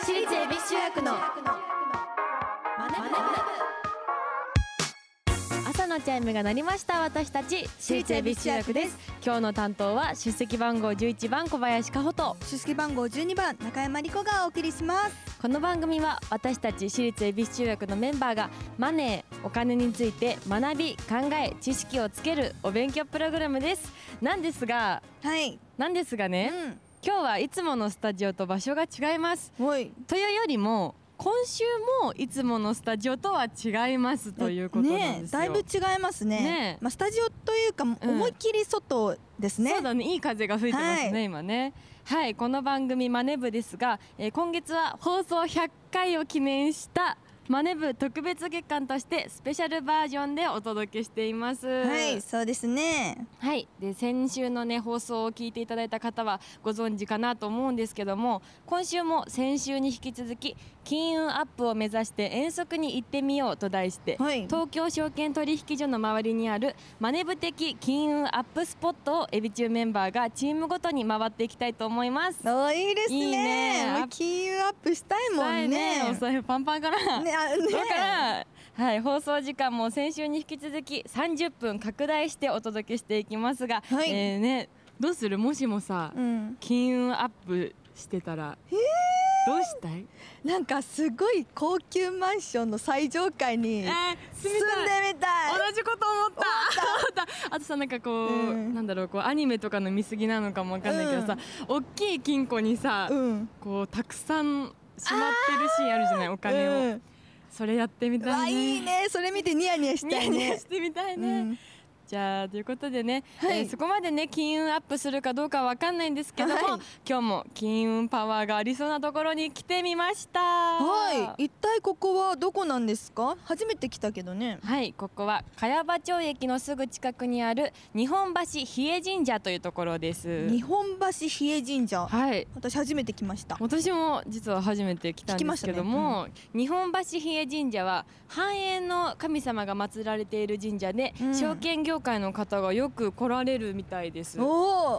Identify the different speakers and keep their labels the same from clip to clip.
Speaker 1: 私立恵比寿中学の
Speaker 2: 朝のチャイムが鳴りました私たち私立恵比寿中学です今日の担当は出席番号11番小林佳穂と
Speaker 3: 出席番号12番中山莉子がお送りします
Speaker 2: この番組は私たち私立恵比寿中学のメンバーがマネーお金について学び考え知識をつけるお勉強プログラムですなんですが
Speaker 3: はい
Speaker 2: なんですがね、今日はいつものスタジオと場所が違います
Speaker 3: うんはい
Speaker 2: というよりも今週もいつものスタジオとは違いますということなん
Speaker 3: ね
Speaker 2: ですよ
Speaker 3: だいぶ違いますね
Speaker 2: ね
Speaker 3: まあスタジオというか思いっきり外ですね、
Speaker 2: そうだねいい風が吹いてますね、
Speaker 3: は
Speaker 2: 今ねはいこの番組「マネブ」ですが、えー今月は放送100回を記念した「マネブ」特別月間としてスペシャルバージョンでお届けしています
Speaker 3: はいそうですね
Speaker 2: はい、で先週のね放送を聞いていただいた方はご存知かなと思うんですけども今週も先週に引き続き金運アップを目指して遠足に行ってみようと題して、
Speaker 3: はい
Speaker 2: 東京証券取引所の周りにあるマネブ的金運アップスポットをエビ中メンバーがチームごとに回っていきたいと思います。
Speaker 3: おーいいですね
Speaker 2: いいね
Speaker 3: もう金融アップしたいもんね
Speaker 2: さあお財布パンパンかな、
Speaker 3: ねあね
Speaker 2: だから、はい、放送時間も先週に引き続き30分拡大してお届けしていきますが、
Speaker 3: はい
Speaker 2: えーね、どうするもしもさ、
Speaker 3: うん、
Speaker 2: 金運アップしてたら、どうしたい
Speaker 3: なんかすごい高級マンションの最上階に
Speaker 2: え
Speaker 3: 住ん
Speaker 2: 住
Speaker 3: で
Speaker 2: みたい
Speaker 3: みたい
Speaker 2: 同じこと思った思 ったあとさなんかこう、
Speaker 3: うん
Speaker 2: なんだろうこうアニメとかの見過ぎなのかもわかんないけどさ、大きい金庫にさ、
Speaker 3: うん
Speaker 2: こうたくさんしまってるシーンあるじゃないお金を、
Speaker 3: うん
Speaker 2: それやってみ
Speaker 3: うわ
Speaker 2: たいね
Speaker 3: いいねそれ見てニヤニヤし
Speaker 2: ニ
Speaker 3: た
Speaker 2: ヤ
Speaker 3: い
Speaker 2: ニヤ
Speaker 3: ね
Speaker 2: してみたいね、
Speaker 3: うん
Speaker 2: じゃあということでね、
Speaker 3: はい
Speaker 2: えーそこまでね金運アップするかどうかわかんないんですけども、
Speaker 3: はい
Speaker 2: 今日も金運パワーがありそうなところに来てみました
Speaker 3: はい、一体ここはどこなんですか初めて来たけどね
Speaker 2: はいここは茅場町駅のすぐ近くにある日本橋比叡神社というところです
Speaker 3: 日本橋比叡神社
Speaker 2: はい
Speaker 3: 私初めて来ました
Speaker 2: 私も実は初めて来たんですけども、日本橋比叡神社は繁栄の神様が祀られている神社で、
Speaker 3: うん
Speaker 2: 証券業界の方がよく来られるみたいです
Speaker 3: おー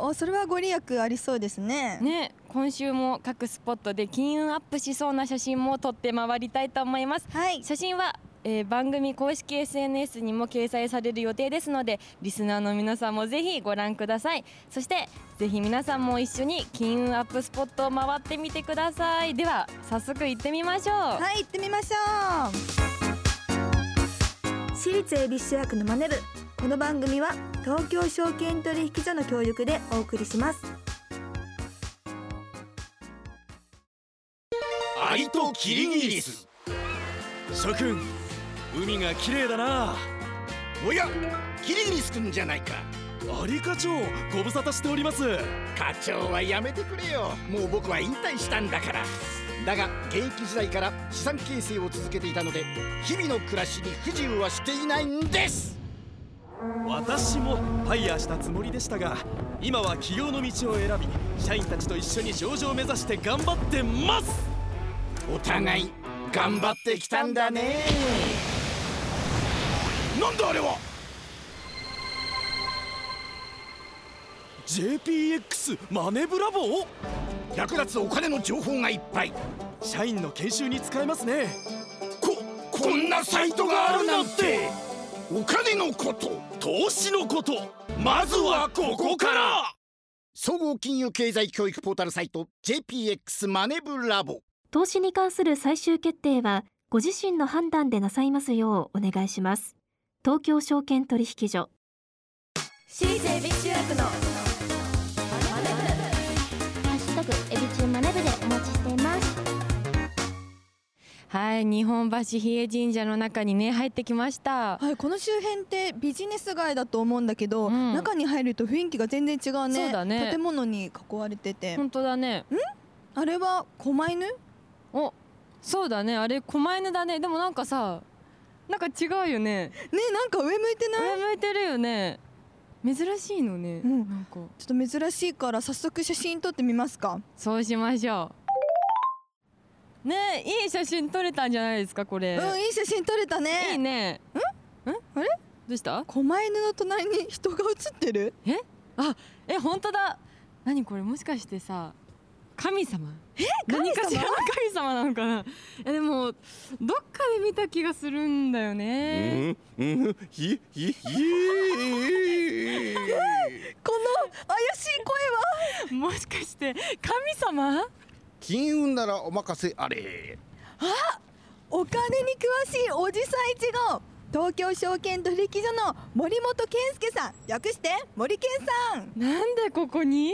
Speaker 3: おそれはご利益ありそうですね
Speaker 2: ね、今週も各スポットで金運アップしそうな写真も撮って回りたいと思います
Speaker 3: はい
Speaker 2: 写真は、えー番組公式 SNS にも掲載される予定ですのでリスナーの皆さんもぜひご覧くださいそしてぜひ皆さんも一緒に金運アップスポットを回ってみてくださいでは早速行ってみましょう、
Speaker 3: はい行ってみましょ
Speaker 1: 私立恵比寿中学のマネ部この番組は東京証券取引所の協力でお送りします
Speaker 4: アリとキリギリス諸君海が綺麗だなおやキリギリス君じゃないか
Speaker 5: アリ課長ご無沙汰しております
Speaker 4: 課長はやめてくれよもう僕は引退したんだからだが現役時代から資産形成を続けていたので日々の暮らしに不自由はしていないんです
Speaker 5: 私もファイヤーしたつもりでしたが今は起業の道を選び社員たちと一緒に上場を目指して頑張ってます
Speaker 4: お互い頑張ってきたんだねなんだあれは
Speaker 5: JPX マネブラボ
Speaker 4: 役立つお金の情報がいっぱい
Speaker 5: 社員の研修に使えますね
Speaker 4: ここんなサイトがあるなんてお金のこと
Speaker 5: 投資のことまずはここから
Speaker 4: 総合金融経済教育ポータルサイト JPX マネブラボ
Speaker 6: 投資に関する最終決定はご自身の判断でなさいますようお願いします東京証券取引所
Speaker 1: 私立恵比寿中学の
Speaker 7: ハッシュタグエビチューマネブでお待ちしています。
Speaker 2: はい日本橋比叡神社の中にね入ってきました
Speaker 3: うはいこの周辺ってビジネス街だと思うんだけど、
Speaker 2: うん
Speaker 3: 中に入ると雰囲気が全然違うね
Speaker 2: そうだね
Speaker 3: 建物に囲われてて
Speaker 2: 本当だね
Speaker 3: あれは狛犬
Speaker 2: おそうだねあれ狛犬だねでもなんかさなんか違うよ
Speaker 3: ね
Speaker 2: ね
Speaker 3: なんか上向いてない
Speaker 2: 上向いてるよね珍しいのね、
Speaker 3: うん
Speaker 2: なんか
Speaker 3: ちょっと珍しいから早速写真撮ってみますか
Speaker 2: そうしましょうねえいい写真撮れたんじゃないですかこれ、
Speaker 3: うんいい写真撮れたね
Speaker 2: いいねんん
Speaker 3: あれ
Speaker 2: どうした
Speaker 3: 狛犬の隣に人が写ってる
Speaker 2: え本当だ何これもしかしてさ神様え何かしらの神様なのかなえでもどっかで見た気がするんだよね
Speaker 4: うんひひひ
Speaker 3: この怪しい声は
Speaker 2: もしかして神様
Speaker 4: 金運ならお任せあれ
Speaker 3: お金に詳しいおじさん一号東京証券取引所の森本健介さん略して森健さん
Speaker 2: なんでここに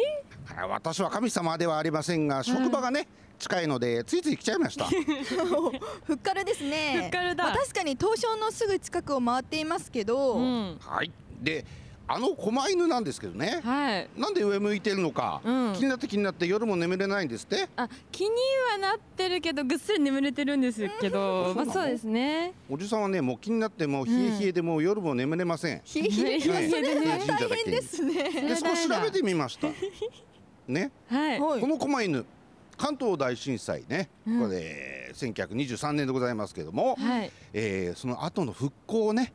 Speaker 8: あ私は神様ではありませんが職場がね、近いのでついつい来ちゃいました
Speaker 3: ふっかるですね
Speaker 2: ふっかるだ
Speaker 3: まあ、確かに東証のすぐ近くを回っていますけど、
Speaker 2: うん
Speaker 8: はいであの狛犬なんですけどね
Speaker 2: はい
Speaker 8: なんで上向いてるのか、
Speaker 2: うん
Speaker 8: 気になって気になって夜も眠れないんですって
Speaker 2: あ気にはなってるけどぐっすり眠れてるんですけど、まあそうですね
Speaker 8: おじさんはねもう気になってもう冷え冷えでもう夜も眠れません、
Speaker 3: ひいひいひい
Speaker 8: はい
Speaker 3: それは
Speaker 8: 神
Speaker 3: 大
Speaker 8: 社だけ
Speaker 3: 変
Speaker 8: に
Speaker 3: ですね
Speaker 8: で少し調べてみましたね
Speaker 2: はい
Speaker 3: は
Speaker 8: この狛犬関東大震災ね、
Speaker 2: うん
Speaker 8: これで1923年でございますけども、
Speaker 2: はい
Speaker 8: えーその後の復興をね、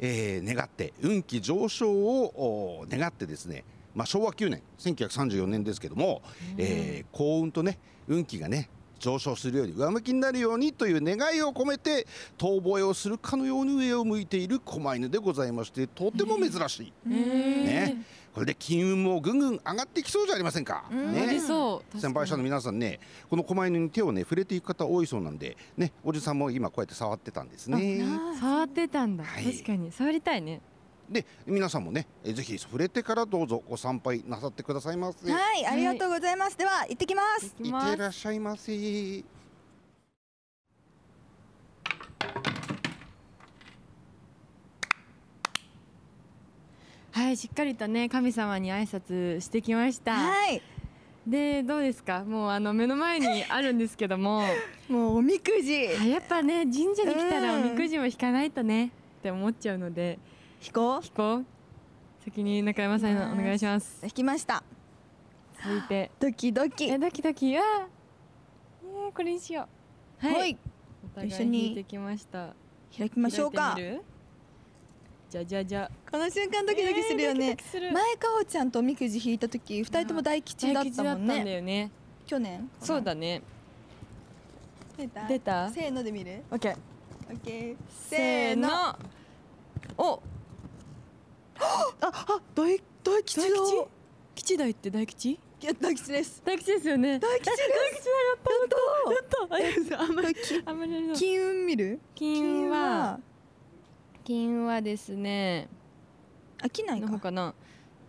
Speaker 8: えー願って運気上昇をおー願ってですね、まあ、昭和9年1934年ですけども、えー幸運とね運気がね上昇するより上向きになるようにという願いを込めて遠吠えをするかのように上を向いている狛犬でございましてとても珍しい、ね、これで金運もぐんぐん上がってきそうじゃありませんか。
Speaker 2: あり
Speaker 8: ね
Speaker 2: そう確か
Speaker 8: 先
Speaker 2: に
Speaker 8: 輩社の皆さんねこの狛犬に手をね触れていく方多いそうなんでねおじさんも今こうやって触ってたんですね。
Speaker 2: 触ってたんだ、
Speaker 8: はい
Speaker 2: 確かに触りたいね
Speaker 8: で皆さんもねえぜひ触れてからどうぞご参拝なさってくださいませ。
Speaker 3: はいありがとうございます、では行ってきます
Speaker 2: 行
Speaker 8: い
Speaker 2: き
Speaker 8: っ
Speaker 2: ま
Speaker 8: て
Speaker 2: す
Speaker 8: らっしゃいませ。
Speaker 2: はいしっかりとね神様に挨拶してきました、
Speaker 3: はい
Speaker 2: でどうですかもうあの目の前にあるんですけども
Speaker 3: もうおみくじ
Speaker 2: あやっぱね神社に来たらお
Speaker 3: うん
Speaker 2: みくじを引かないとねって思っちゃうので
Speaker 3: 引こ
Speaker 2: 引こう先に中山さんのお願いします
Speaker 3: う引きました
Speaker 2: 続いて
Speaker 3: ドキドキ
Speaker 2: えドキドキあーねこれにしようはい、
Speaker 3: はい
Speaker 2: お互い
Speaker 3: 一緒に
Speaker 2: 引いてきました
Speaker 3: 開きましょうか
Speaker 2: 開いてみるじゃじゃじゃ
Speaker 3: この瞬間ドキドキするよ
Speaker 2: えー
Speaker 3: ね
Speaker 2: ドキ、ドキする
Speaker 3: 前かおちゃんとおみくじ引いた時二人とも大吉だっ
Speaker 2: 大吉
Speaker 3: た
Speaker 2: だ
Speaker 3: も
Speaker 2: った
Speaker 3: ん
Speaker 2: んだ
Speaker 3: ね
Speaker 2: よね
Speaker 3: 去年
Speaker 2: そうだね
Speaker 3: 出た
Speaker 2: 出た
Speaker 3: せーので見る
Speaker 2: オッケー
Speaker 3: オッケー
Speaker 2: せーのお
Speaker 3: あ大大吉だ
Speaker 2: 大吉吉大って大吉
Speaker 3: いや大吉です
Speaker 2: 大吉ですよね
Speaker 3: 大吉です
Speaker 2: やったありがとうございますあんまりあんまりありがとう
Speaker 3: 金運見る
Speaker 2: 金は金はですね
Speaker 3: 飽きない
Speaker 2: の方
Speaker 3: か
Speaker 2: かな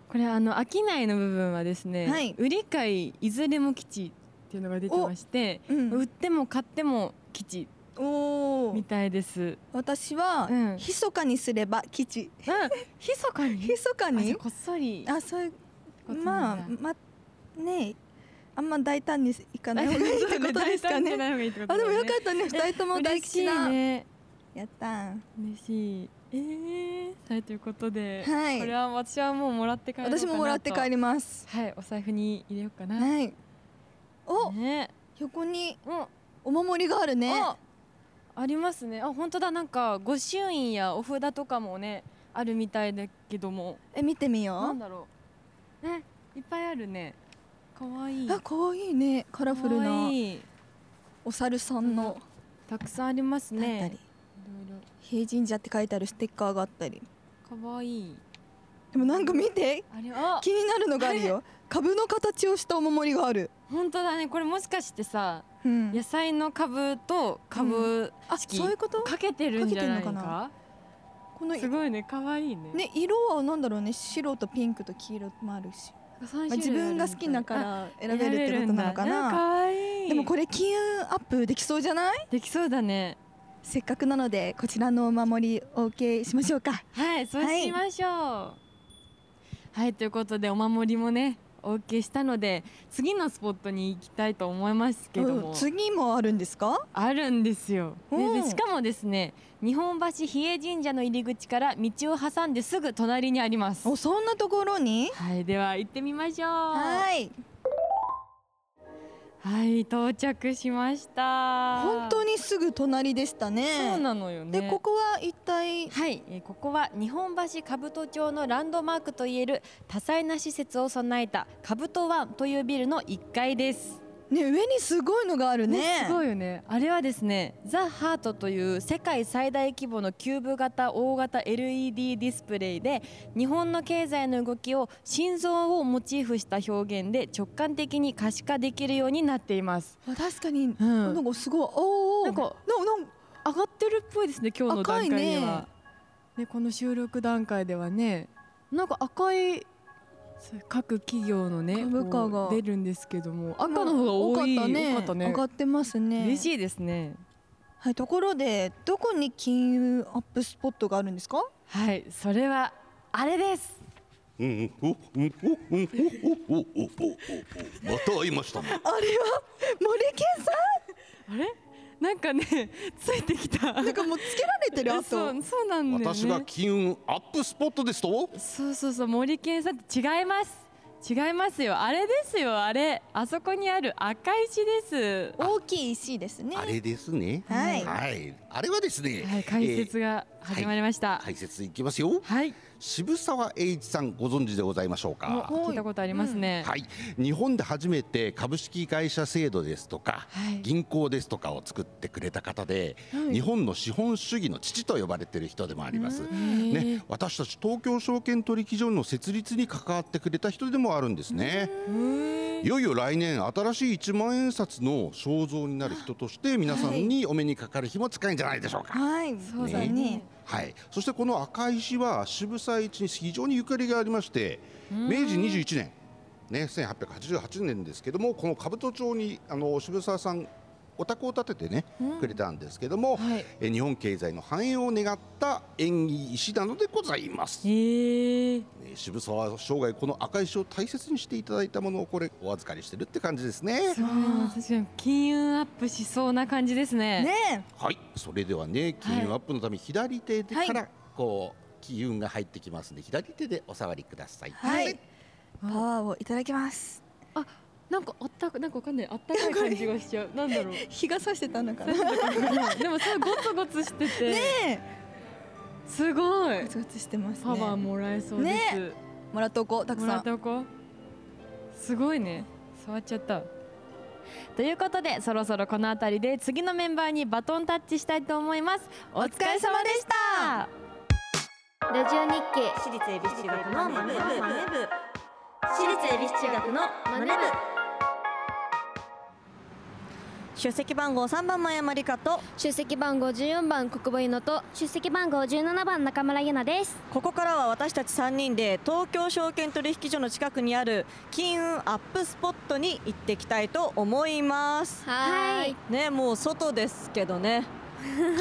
Speaker 2: これあの商いの部分はですね、
Speaker 3: はい
Speaker 2: 売り買いいずれも吉っていうのが出てまして
Speaker 3: う
Speaker 2: 売っ
Speaker 3: ん
Speaker 2: ても買っても吉
Speaker 3: お
Speaker 2: み
Speaker 3: ー
Speaker 2: たいです
Speaker 3: 私は
Speaker 2: うん
Speaker 3: 密かにすれば吉
Speaker 2: うん密かに
Speaker 3: 密か
Speaker 2: あじゃ
Speaker 3: に
Speaker 2: あこっそり
Speaker 3: あそういう
Speaker 2: ことな
Speaker 3: ま
Speaker 2: ん
Speaker 3: あ
Speaker 2: だ
Speaker 3: まねえあんま大胆にいかない方がいいってことです かね
Speaker 2: 大胆じゃない方がいいってこと
Speaker 3: あ
Speaker 2: だ
Speaker 3: でも
Speaker 2: よね
Speaker 3: よかったね二人とも大吉
Speaker 2: 嬉し
Speaker 3: だ
Speaker 2: いね
Speaker 3: やったー
Speaker 2: 嬉しいえー、はいということで、
Speaker 3: はい
Speaker 2: これは私はもうもらって帰ろうかなと
Speaker 3: 私ももらって帰ります
Speaker 2: はいお財布に入れようかな、
Speaker 3: はいお
Speaker 2: ね
Speaker 3: 横に
Speaker 2: お
Speaker 3: お守りがあるね
Speaker 2: あありますねあ本当だなんか御朱印やお札とかもねあるみたいだけども
Speaker 3: え見てみ
Speaker 2: な
Speaker 3: よ
Speaker 2: んだろうねいっぱいあるねかわいいう
Speaker 3: あ可愛いねカラフル
Speaker 2: かわ
Speaker 3: ない
Speaker 2: い
Speaker 3: お猿さんの
Speaker 2: たくさんあります
Speaker 3: だった
Speaker 2: ね
Speaker 3: り
Speaker 2: いろい
Speaker 3: 平神社って書いてあるステッカーがあったり
Speaker 2: ろかわいい
Speaker 3: でもなんか見て
Speaker 2: あれあ
Speaker 3: 気になるのがあるよ株の形をしたお守りがある
Speaker 2: 本当だねこれもしかしてさ
Speaker 3: うん
Speaker 2: 野菜の株と株
Speaker 3: あ
Speaker 2: 式、
Speaker 3: そういうこと
Speaker 2: かけてるんじゃない
Speaker 3: かけ
Speaker 2: か
Speaker 3: てんのかこの
Speaker 2: すごいね可愛いね
Speaker 3: ね色はなんだろうね白とピンクと黄色もあるし、
Speaker 2: 3種類
Speaker 3: まあ、自分が好きなか
Speaker 2: あ
Speaker 3: ら選べるってことなのか
Speaker 2: 選べるんだ
Speaker 3: な
Speaker 2: 可愛い
Speaker 3: でもこれ金運アップできそうじゃない
Speaker 2: できそうだね
Speaker 3: せっかくなのでこちらのお守りお受けしましょうか
Speaker 2: はいそうしましょうはい、ということでお守りもねお受けしたので次のスポットに行きたいと思いますけども、
Speaker 3: うん次もあるんですか
Speaker 2: あるんですよ、ねで
Speaker 3: うん
Speaker 2: しかもですね日本橋比叡神社の入り口から道を挟んですぐ隣にあります
Speaker 3: おそんなところに
Speaker 2: はいでは行ってみましょう
Speaker 3: はい
Speaker 2: はい到着しました
Speaker 3: 本当にすぐ隣でしたね
Speaker 2: そうなのよね
Speaker 3: でここは一体
Speaker 2: はい、えーここは日本橋兜町のランドマークといえる多彩な施設を備えた兜ワンというビルの1階です
Speaker 3: ね上にすごいのがあるね
Speaker 2: すごいよねあれはですねザ・ハートという世界最大規模のキューブ型大型 LED ディスプレイで日本の経済の動きを心臓をモチーフした表現で直感的に可視化できるようになっています、
Speaker 3: あ確かに
Speaker 2: うん
Speaker 3: なんかすごいおーおー
Speaker 2: なんか
Speaker 3: ななん
Speaker 2: 上がってるっぽいですね今日の段階で
Speaker 3: 赤い
Speaker 2: は
Speaker 3: ね
Speaker 2: ねこの収録段階ではねなんか赤いそう各企業のね
Speaker 3: 株価が
Speaker 2: こう出るんですけども赤の方が多い
Speaker 3: 多かったね
Speaker 2: 多かったね
Speaker 3: 上がってますね
Speaker 2: 嬉しいですね
Speaker 3: はいところでどこに金融アップスポットがあるんですか
Speaker 2: はいそれはあれです
Speaker 8: うんうんおうんおうんおうんおうんおうんおうんおうんまた会いましたね。
Speaker 3: あれは森健さ
Speaker 2: あれなんかね ついてきた
Speaker 3: んなんかもうつけられてるあ
Speaker 2: そ
Speaker 3: と
Speaker 2: うそうなんだよね
Speaker 8: 私が金運アップスポットですと。
Speaker 2: そうそうそう森健さんって違います違いますよあれですよあれあそこにある赤石です
Speaker 3: 大きい石ですね
Speaker 8: あれですね。
Speaker 3: はい
Speaker 8: はい、あれはですね。
Speaker 2: はい解説が始まりまし
Speaker 8: え
Speaker 2: た
Speaker 8: ー。解説いきますよ。
Speaker 2: はい、
Speaker 8: 渋沢栄一さんご存知でございましょう
Speaker 2: もう
Speaker 8: か。
Speaker 2: 聞いたことありますね、
Speaker 8: はい、日本で初めて株式会社制度ですとか、
Speaker 2: はい
Speaker 8: 銀行ですとかを作ってくれた方で、日本の資本主義の父と呼ばれている人でもあります。ね、私たち東京証券取引所の設立に関わってくれた人でもあるんですね。いよいよ来年新しい一万円札の肖像になる人として皆さんにお目にかかる日も近いんじゃないでしょうか。
Speaker 3: はい
Speaker 2: そうだね
Speaker 3: ね
Speaker 8: はい、そしてこの赤石は渋沢栄一に非常にゆかりがありまして明治21年、ね、1888年ですけどもこの兜町にあの渋沢さんお宅を建ててね、くれたんですけども、
Speaker 2: はい
Speaker 8: え日本経済の繁栄を願った縁起石なのでございます、
Speaker 2: え
Speaker 8: ね、
Speaker 2: ー、
Speaker 8: 渋沢は生涯この赤石を大切にしていただいたものをこれお預かりしてるって感じですね
Speaker 2: すごいな確かに金運アップしそうな感じですね
Speaker 3: ね
Speaker 8: はいそれではね金運アップのため左手でから、
Speaker 3: は
Speaker 8: こう金運が入ってきますので左手でお触りください
Speaker 3: はいパワーをいただきます
Speaker 2: なんかあったかなんかわかんないあったかい感じがしちゃうなん だろう
Speaker 3: 日が差してたのかな
Speaker 2: でもそれゴツゴツしてて、
Speaker 3: ね
Speaker 2: すごい
Speaker 3: ガツガツしてますね
Speaker 2: パワーもらえそうです、
Speaker 3: ねもらっとこうたく
Speaker 2: もら
Speaker 3: さ
Speaker 2: っ
Speaker 3: ん
Speaker 2: ておこうすごいね触っちゃったということでそろそろこのあたりで次のメンバーにバトンタッチしたいと思いますお疲れ様でした
Speaker 7: ラジオ日経
Speaker 9: 私立恵比寿中学のマネブ
Speaker 7: 私立恵比寿中学のマネ部
Speaker 9: 出席番号3番前山理香と
Speaker 7: 出席番号14番国母ゆのと出席番号17番中村ゆなです
Speaker 9: ここからは私たち3人で東京証券取引所の近くにある金運アップスポットに行ってきたいと思います
Speaker 7: はーい
Speaker 9: ねもう外ですけどね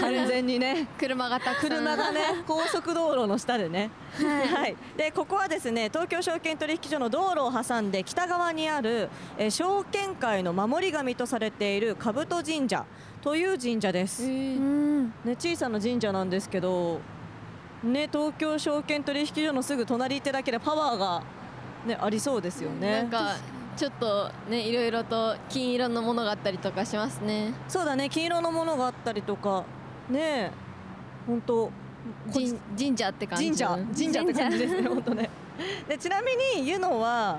Speaker 9: 完全にね
Speaker 7: 車がたく
Speaker 9: 車がね高速道路の下でね、はい、でここはですね東京証券取引所の道路を挟んで北側にある、えー証券界の守り神とされている兜神社という神社です、
Speaker 7: うん
Speaker 9: ね、小さな神社なんですけど、ね、東京証券取引所のすぐ隣行ってだけでパワーが、ね、ありそうですよね。
Speaker 10: かちょっとねいろいろと金色のものがあったりとかしますね
Speaker 9: そうだね金色のものがあったりとかね本当
Speaker 10: 神神社って感
Speaker 9: 神社神社って感じですね本当ね でちなみにユノは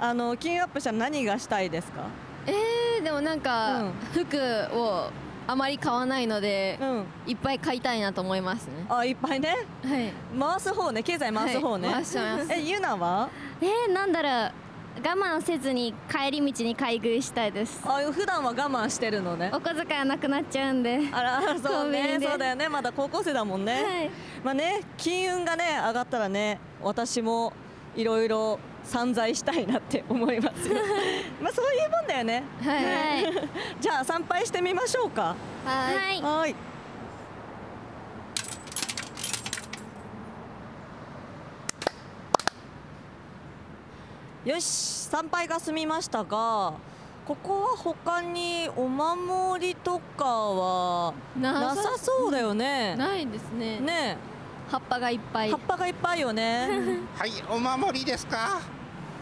Speaker 9: あの金アップしたら何がしたいですか
Speaker 10: えー でもなん
Speaker 9: うん
Speaker 10: か服をあまり買わないので
Speaker 9: うん
Speaker 10: いっぱい買いたいなと思いますね
Speaker 9: あいっぱいね
Speaker 10: はい
Speaker 9: 回す方ね経済回す方ね、
Speaker 10: はい回しちゃいます
Speaker 9: えユナは
Speaker 7: えー、なんだろう我慢せずに帰り道に買い食いしたいです
Speaker 9: あ普段は我慢してるのね
Speaker 7: お小遣いなくなっちゃうんで
Speaker 9: あらそう
Speaker 7: コンビ
Speaker 9: ね
Speaker 7: ニで
Speaker 9: そうだよねまだ高校生だもんね、
Speaker 7: はい
Speaker 9: まあね金運がね上がったらね私もいろいろ散財したいなって思います よまあそういうもんだよね
Speaker 10: はい、
Speaker 7: はい
Speaker 9: じゃあ参拝してみましょうか
Speaker 7: はい
Speaker 9: はいよし参拝が済みましたがここは他にお守りとかはなさそうだよね
Speaker 10: ないですね
Speaker 9: ね
Speaker 10: 葉っぱがいっぱ
Speaker 9: え
Speaker 10: い
Speaker 9: 葉っぱがいっぱいよ ね
Speaker 8: はい、お守りですか。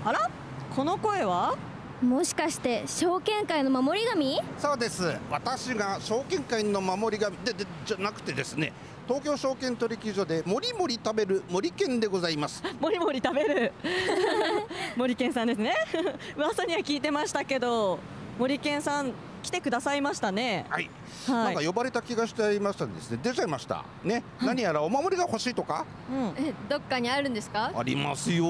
Speaker 9: あらこの声は
Speaker 7: もしかして証券会の守り神
Speaker 8: そうです。私が証券会の守り神ででじゃなくてですね、東京証券取引所でもりもり食べる森健でございます。
Speaker 9: もりもり 食べる森健さんですね噂には聞いてましたけどう森健さん来てくださいましたね。
Speaker 8: はい。
Speaker 9: は
Speaker 8: なんか呼ばれた気がしていましたんでですね出ちゃいましたね、何やらお守りが欲しいとか
Speaker 7: えどっかにあるんですか
Speaker 8: ありますよ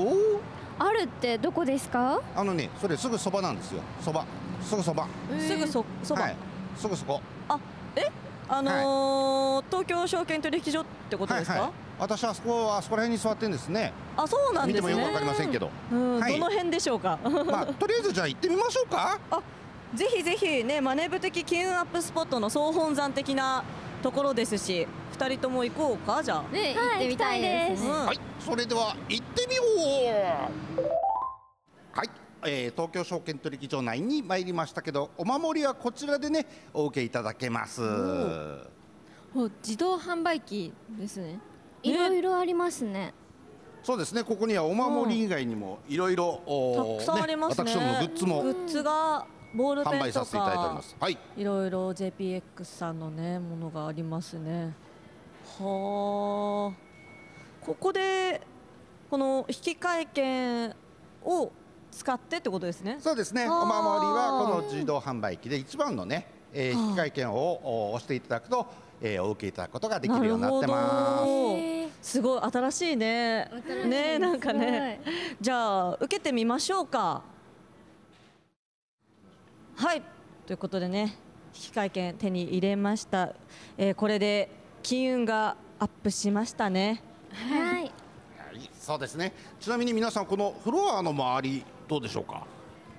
Speaker 7: あるってどこですか
Speaker 8: あのねそれすぐそばなんですよそばすぐそば、
Speaker 9: すぐそそば、
Speaker 8: はい、すぐそこ
Speaker 9: えあのー東京証券取引所ってことですか、
Speaker 8: はいはい私はあそこあそこら辺に座ってんですね
Speaker 9: あそうなんですね
Speaker 8: 見てもよくわかりませんけど
Speaker 9: うん
Speaker 8: はい
Speaker 9: どの辺でしょうか、
Speaker 8: まあとりあえずじゃあ行ってみましょうか
Speaker 9: あぜひぜひねマネブ的金運アップスポットの総本山的なところですし二人とも行こうかじゃあ
Speaker 7: ね行ってみたいです
Speaker 9: うん
Speaker 8: はいそれでは行ってみようはい、えー東京証券取引所内に参りましたけどお守りはこちらでねお受けいただけます
Speaker 10: お自動販売機ですね
Speaker 7: いろいろありますね
Speaker 8: そうですねここにはお守り以外にもいろいろ
Speaker 9: たくさんありますね
Speaker 8: 私どものグッズも
Speaker 9: グッズがボールペンとか
Speaker 8: 販売させていただいておりますはい
Speaker 9: いろいろ JPX さんのねものがありますねはあここでこの引換券を使ってってことですね
Speaker 8: そうですね。お守りはこの自動販売機で一番のね、えー、引換券をお押していただくと、えーお受けいただくことができるようになってます。
Speaker 9: す。すごい新しいね。
Speaker 10: い
Speaker 9: ねなんかね
Speaker 10: すご。
Speaker 9: じゃあ受けてみましょうか。はいということでね引換券手に入れました。えーこれで金運がアップしましたね。
Speaker 7: はい
Speaker 8: はいそうですね。ちなみに皆さんこのフロアの周りどうでしょうか。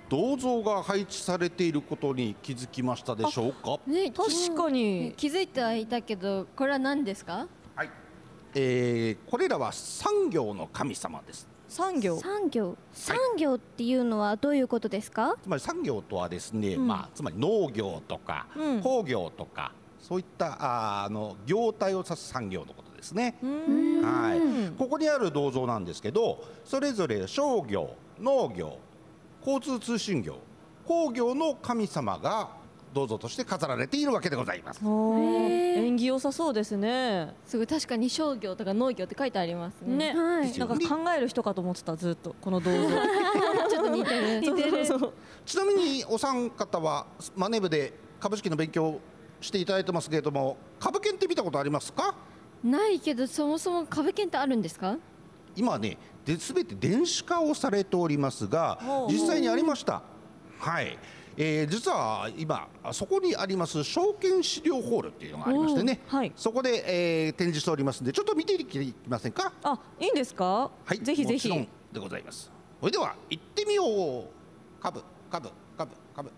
Speaker 8: 銅像が配置されていることに気づきましたでしょうか。
Speaker 10: ね
Speaker 9: 確かに
Speaker 10: 気づいてはいたけどこれは何ですか
Speaker 8: えーこれらは産業の神様です。
Speaker 9: 産業
Speaker 7: 産業産業っていうのはどういうことですか
Speaker 8: つまり産業とはですね、まあつまり農業とか、
Speaker 7: うん
Speaker 8: 工業とかそういったあーあの業態を指す産業のことですね。はい。ここにある銅像なんですけど、それぞれ商業、農業、交通通信業、工業の神様が銅像として飾られているわけでございます。
Speaker 9: お縁起良さそうですね。
Speaker 10: すごい確かに商業とか農業って書いてありますね
Speaker 9: ね、なんか考える人かと思ってたずっとこの動像
Speaker 10: ちょっと似てる
Speaker 9: 似てる
Speaker 10: そう
Speaker 8: ちなみにお三方はマネ部で株式の勉強をしていただいてますけれども、株券って見たことありますか？
Speaker 10: ないけどそもそも株券ってあるんですか
Speaker 8: 今ねですべて電子化をされておりますが
Speaker 10: おう
Speaker 8: 実際にありましたはい、えー実は今あそこにあります証券資料ホールっていうのがありましてね、そこで、えー展示しておりますんでちょっと見ていきませんか
Speaker 9: あいいんですか
Speaker 8: はい
Speaker 9: ぜひぜひ
Speaker 8: もちろんでございますそれでは行ってみよう株株株株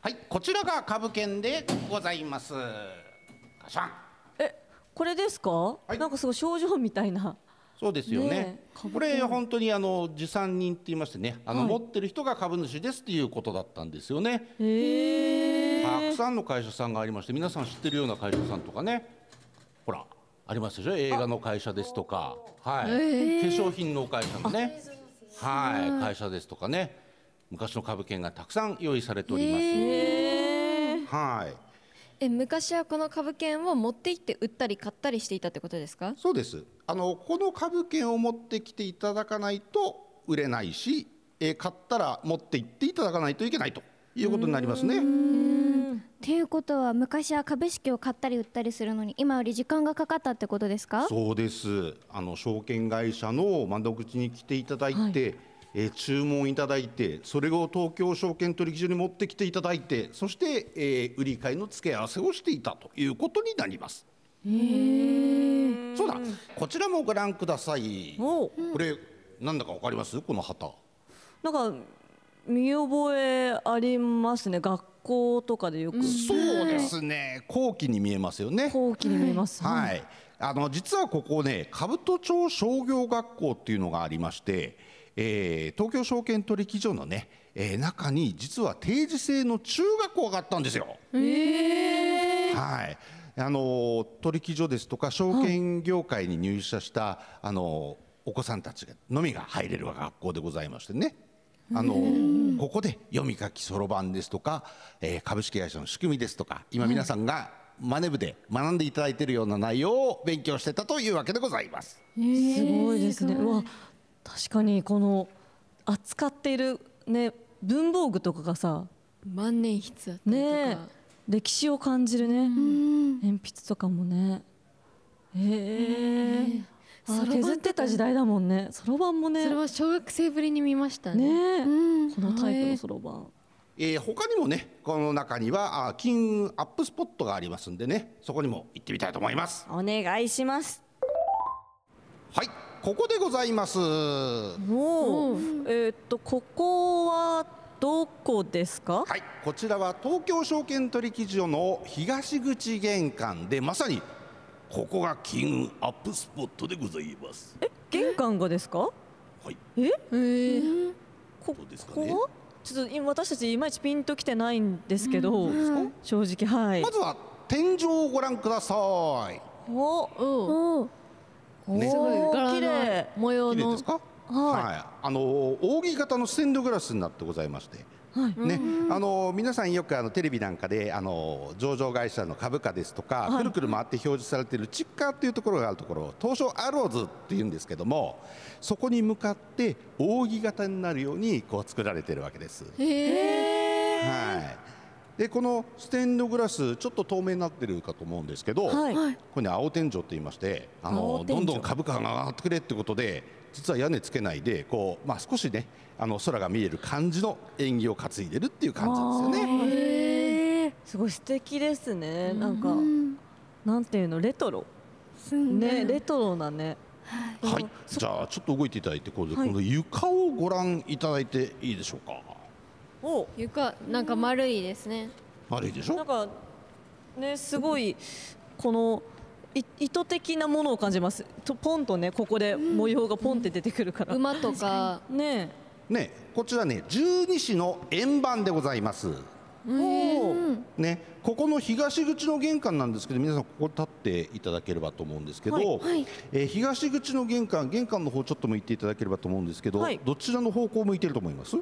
Speaker 8: はいこちらが株券でございますガシャン
Speaker 9: これですか、なんかすごい症状みたいな
Speaker 8: そうですよね
Speaker 9: ねえ
Speaker 8: これ本当にあの持参人って言いましてねあの、
Speaker 9: はい
Speaker 8: 持ってる人が株主ですっていうことだったんですよね、たくさんの会社さんがありまして皆さん知ってるような会社さんとかねほらありますでしょ映画の会社ですとかはい、
Speaker 11: へえ
Speaker 8: 化粧品の会社のねは
Speaker 11: すご
Speaker 8: い
Speaker 11: い
Speaker 8: 会社ですとかね昔の株券がたくさん用意されております、はい
Speaker 10: え昔はこの株券を持って行って売ったり買ったりしていたってことですか
Speaker 8: そうですあのこの株券を持ってきていただかないと売れないし、えー買ったら持って行っていただかないといけないということになりますね。
Speaker 7: っていうことは昔は株式を買ったり売ったりするのに今より時間がかかったってことですか
Speaker 8: そうですあの証券会社の窓口に来ていただいて、えー注文いただいてそれを東京証券取引所に持ってきていただいてそして、えー売り買いの付け合わせをしていたということになります。そうだこちらもご覧ください。
Speaker 9: こ
Speaker 8: れなんだかわかりますこの旗。
Speaker 9: なんか見覚えありますね学校とかでよく
Speaker 8: そうですね。後期に見えますよね。
Speaker 9: 後期に見えます。
Speaker 8: はい。あの実はここね、兜町商業学校っていうのがありまして、えー東京証券取引所のね、えー中に実は定時制の中学校があったんですよ。はい。あの取引所ですとか証券業界に入社した、あのお子さんたちのみが入れる学校でございましてね。あのここで読み書きそろばんですとか、えー株式会社の仕組みですとか今皆さんがマネ部で学んでいただいているような内容を勉強してたというわけでございます。
Speaker 9: すごいですねうわ確かにこの扱っているね文房具とかがさ
Speaker 10: 万年筆だったりとか、
Speaker 9: ねえ歴史を感じるね鉛筆とかもねへえあ
Speaker 10: そろばんとか
Speaker 9: 削ってた時代だもんねそろばんもね
Speaker 10: それは小学生ぶりに見ましたね
Speaker 9: ねえこのタイプ
Speaker 10: へ
Speaker 9: の
Speaker 10: え
Speaker 9: そろばん
Speaker 8: えー他にもねこの中にはあ金運アップスポットがありますんでねそこにも行ってみたいと思います
Speaker 9: お願いします
Speaker 8: はいここでございます
Speaker 9: おおえーっとここはどこですか
Speaker 8: はいこちらは東京証券取引所の東口玄関でまさにここが金運アップスポットでございます
Speaker 9: 玄関がですか
Speaker 8: はい
Speaker 9: え
Speaker 10: え
Speaker 9: こ
Speaker 8: どうですかね
Speaker 9: こちょっと今私たちいまいちピンときてないんですけど、
Speaker 8: うんはい
Speaker 9: 正直はい
Speaker 8: まずは天井をご覧ください
Speaker 9: おおお
Speaker 8: ね
Speaker 9: すごい柄の
Speaker 10: 模様
Speaker 8: 綺麗ですかはい、
Speaker 9: は
Speaker 8: あの扇形のステンドグラスになってございまして
Speaker 9: いはい
Speaker 8: ね、あの皆さんよくあのテレビなんかであの上場会社の株価ですとか、
Speaker 9: はい
Speaker 8: くるくる回って表示されているチッカーっていうところがあるところ東証アローズっていうんですけどもそこに向かって扇形になるようにこう作られているわけです。はいでこのステンドグラスちょっと透明になってるかと思うんですけど、
Speaker 9: はいはい
Speaker 8: これね青天井って言いましてあ
Speaker 9: 青
Speaker 8: の
Speaker 9: 天井
Speaker 8: どんどん株価が上がってくれってことで実は屋根つけないでこう、まあ、少しねあの空が見える感じの縁起を担いでるっていう感じですよね。
Speaker 9: あーへーすごい素敵ですね。なんか、なんていうのレトロ。ねレトロなね。
Speaker 8: はい、じゃあちょっと動いていただいてこうで、
Speaker 9: はい
Speaker 8: この床をご覧いただいていいでしょうか
Speaker 9: お
Speaker 10: 床なんか丸いですね
Speaker 8: 悪いでしょ
Speaker 9: なんかねすごいこのい意図的なものを感じます。とポンとねここで模様がポンって出てくるから。
Speaker 10: 馬とか
Speaker 9: ね
Speaker 8: ねこちらね十二支の円盤でございます
Speaker 9: お
Speaker 8: ね、ここの東口の玄関なんですけど皆さんここ立っていただければと思うんですけど、
Speaker 9: はいはい
Speaker 8: えー東口の玄関玄関の方ちょっと向いていただければと思うんですけど、
Speaker 9: はい
Speaker 8: どちらの方向を向いてると思います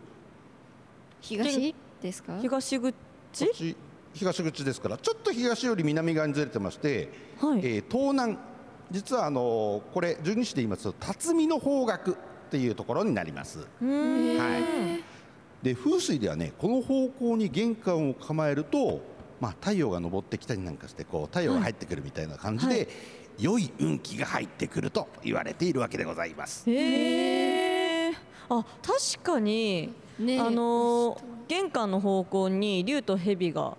Speaker 10: 東ですか
Speaker 9: 東口
Speaker 8: こっち東口ですからちょっと東より南側にずれてまして、えー東南実はあのーこれ十二支で言いますと辰巳の方角っていうところになります。はいで風水ではねこの方向に玄関を構えると、まあ、太陽が昇ってきたりなんかしてこう太陽が入ってくるみたいな感じで、良い運気が入ってくると言われているわけでございます。
Speaker 9: へえ。あ確かに、
Speaker 10: え
Speaker 9: あのー玄関の方向に竜と蛇が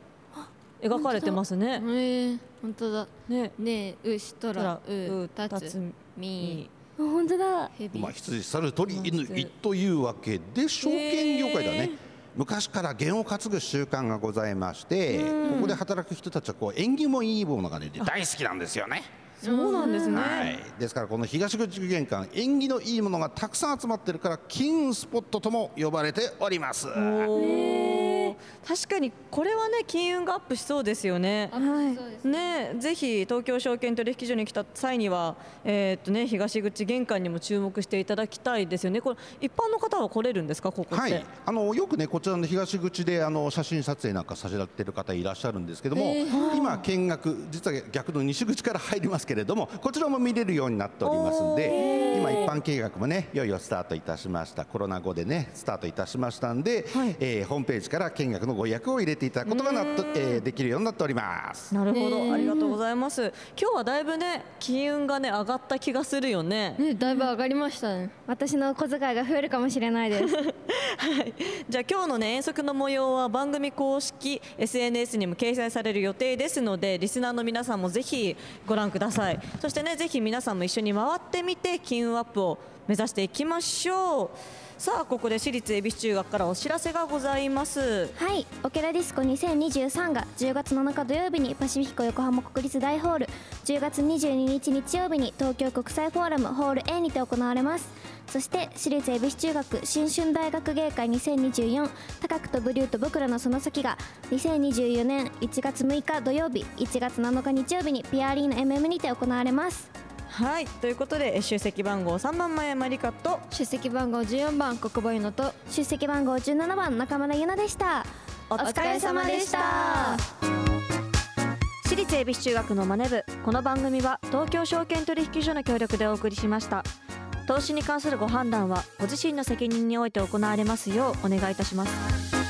Speaker 9: 描かれてますね。
Speaker 10: ええ本当だ
Speaker 9: ね
Speaker 10: ねえうしとら
Speaker 9: とらう
Speaker 10: うた
Speaker 9: た
Speaker 10: つ
Speaker 9: つ
Speaker 10: み
Speaker 7: 本当だ
Speaker 10: ヘビ
Speaker 8: まあ、羊猿鳥犬一というわけで証券業界ではね昔から弦を担ぐ習慣がございましてこ
Speaker 9: うん
Speaker 8: こで働く人たちはこう縁起もいいものがね大好きなんですよね。
Speaker 9: そうなんですね。
Speaker 8: はい、ですからこの東口玄関縁起のいいものがたくさん集まってるから金運スポットとも呼ばれております。
Speaker 9: おー確かにこれはね金運がアップしそうですよね。はい、ねぜひ東京証券取引所に来た際にはえーっとね東口玄関にも注目していただきたいですよね。これ一般の方は来れるんですかここって。
Speaker 8: はい、あのよくねこちらの東口であの写真撮影なんかさせられてる方いらっしゃるんですけども、
Speaker 9: えー
Speaker 8: 今見学実は逆の西口から入りますけれどもこちらも見れるようになっておりますんで今一般見学もねいよいよスタートいたしましたコロナ後でねスタートいたしましたんで、えーホームページから見学のご予約を入れていただくことがなっと、えーできるようになっております。
Speaker 9: なるほど、ありがとうございます。今日はだいぶね、金運がね、上がった気がするよね。
Speaker 10: ねだいぶ上がりましたね
Speaker 7: 私の小遣いが増えるかもしれないです
Speaker 9: じゃあ今日のね遠足の模様は番組公式 SNS にも掲載される予定ですのでリスナーの皆さんもぜひご覧くださいそしてねぜひ皆さんも一緒に回ってみて金運アップを目指していきましょうさあここで私立恵比寿中学からお知らせがございます
Speaker 7: はいオケラディスコ2023が10月7日土曜日にパシフィコ横浜国立大ホール10月22日日曜日に東京国際フォーラムホール A にて行われますそして私立恵比寿中学新春大学芸会2024高く飛ぶ竜と僕らのその先が2024年1月6日土曜日1月7日日曜日にピアアリーナ MM にて行われます
Speaker 9: はいということでえ出席番号3番前マリカと
Speaker 10: 出席番号14番国母ゆのと
Speaker 7: 出席番号17番中村ゆなでした
Speaker 9: お疲れ様でした私立恵比寿中学のマネ部この番組は東京証券取引所の協力でお送りしました投資に関するご判断はご自身の責任において行われますようお願いいたします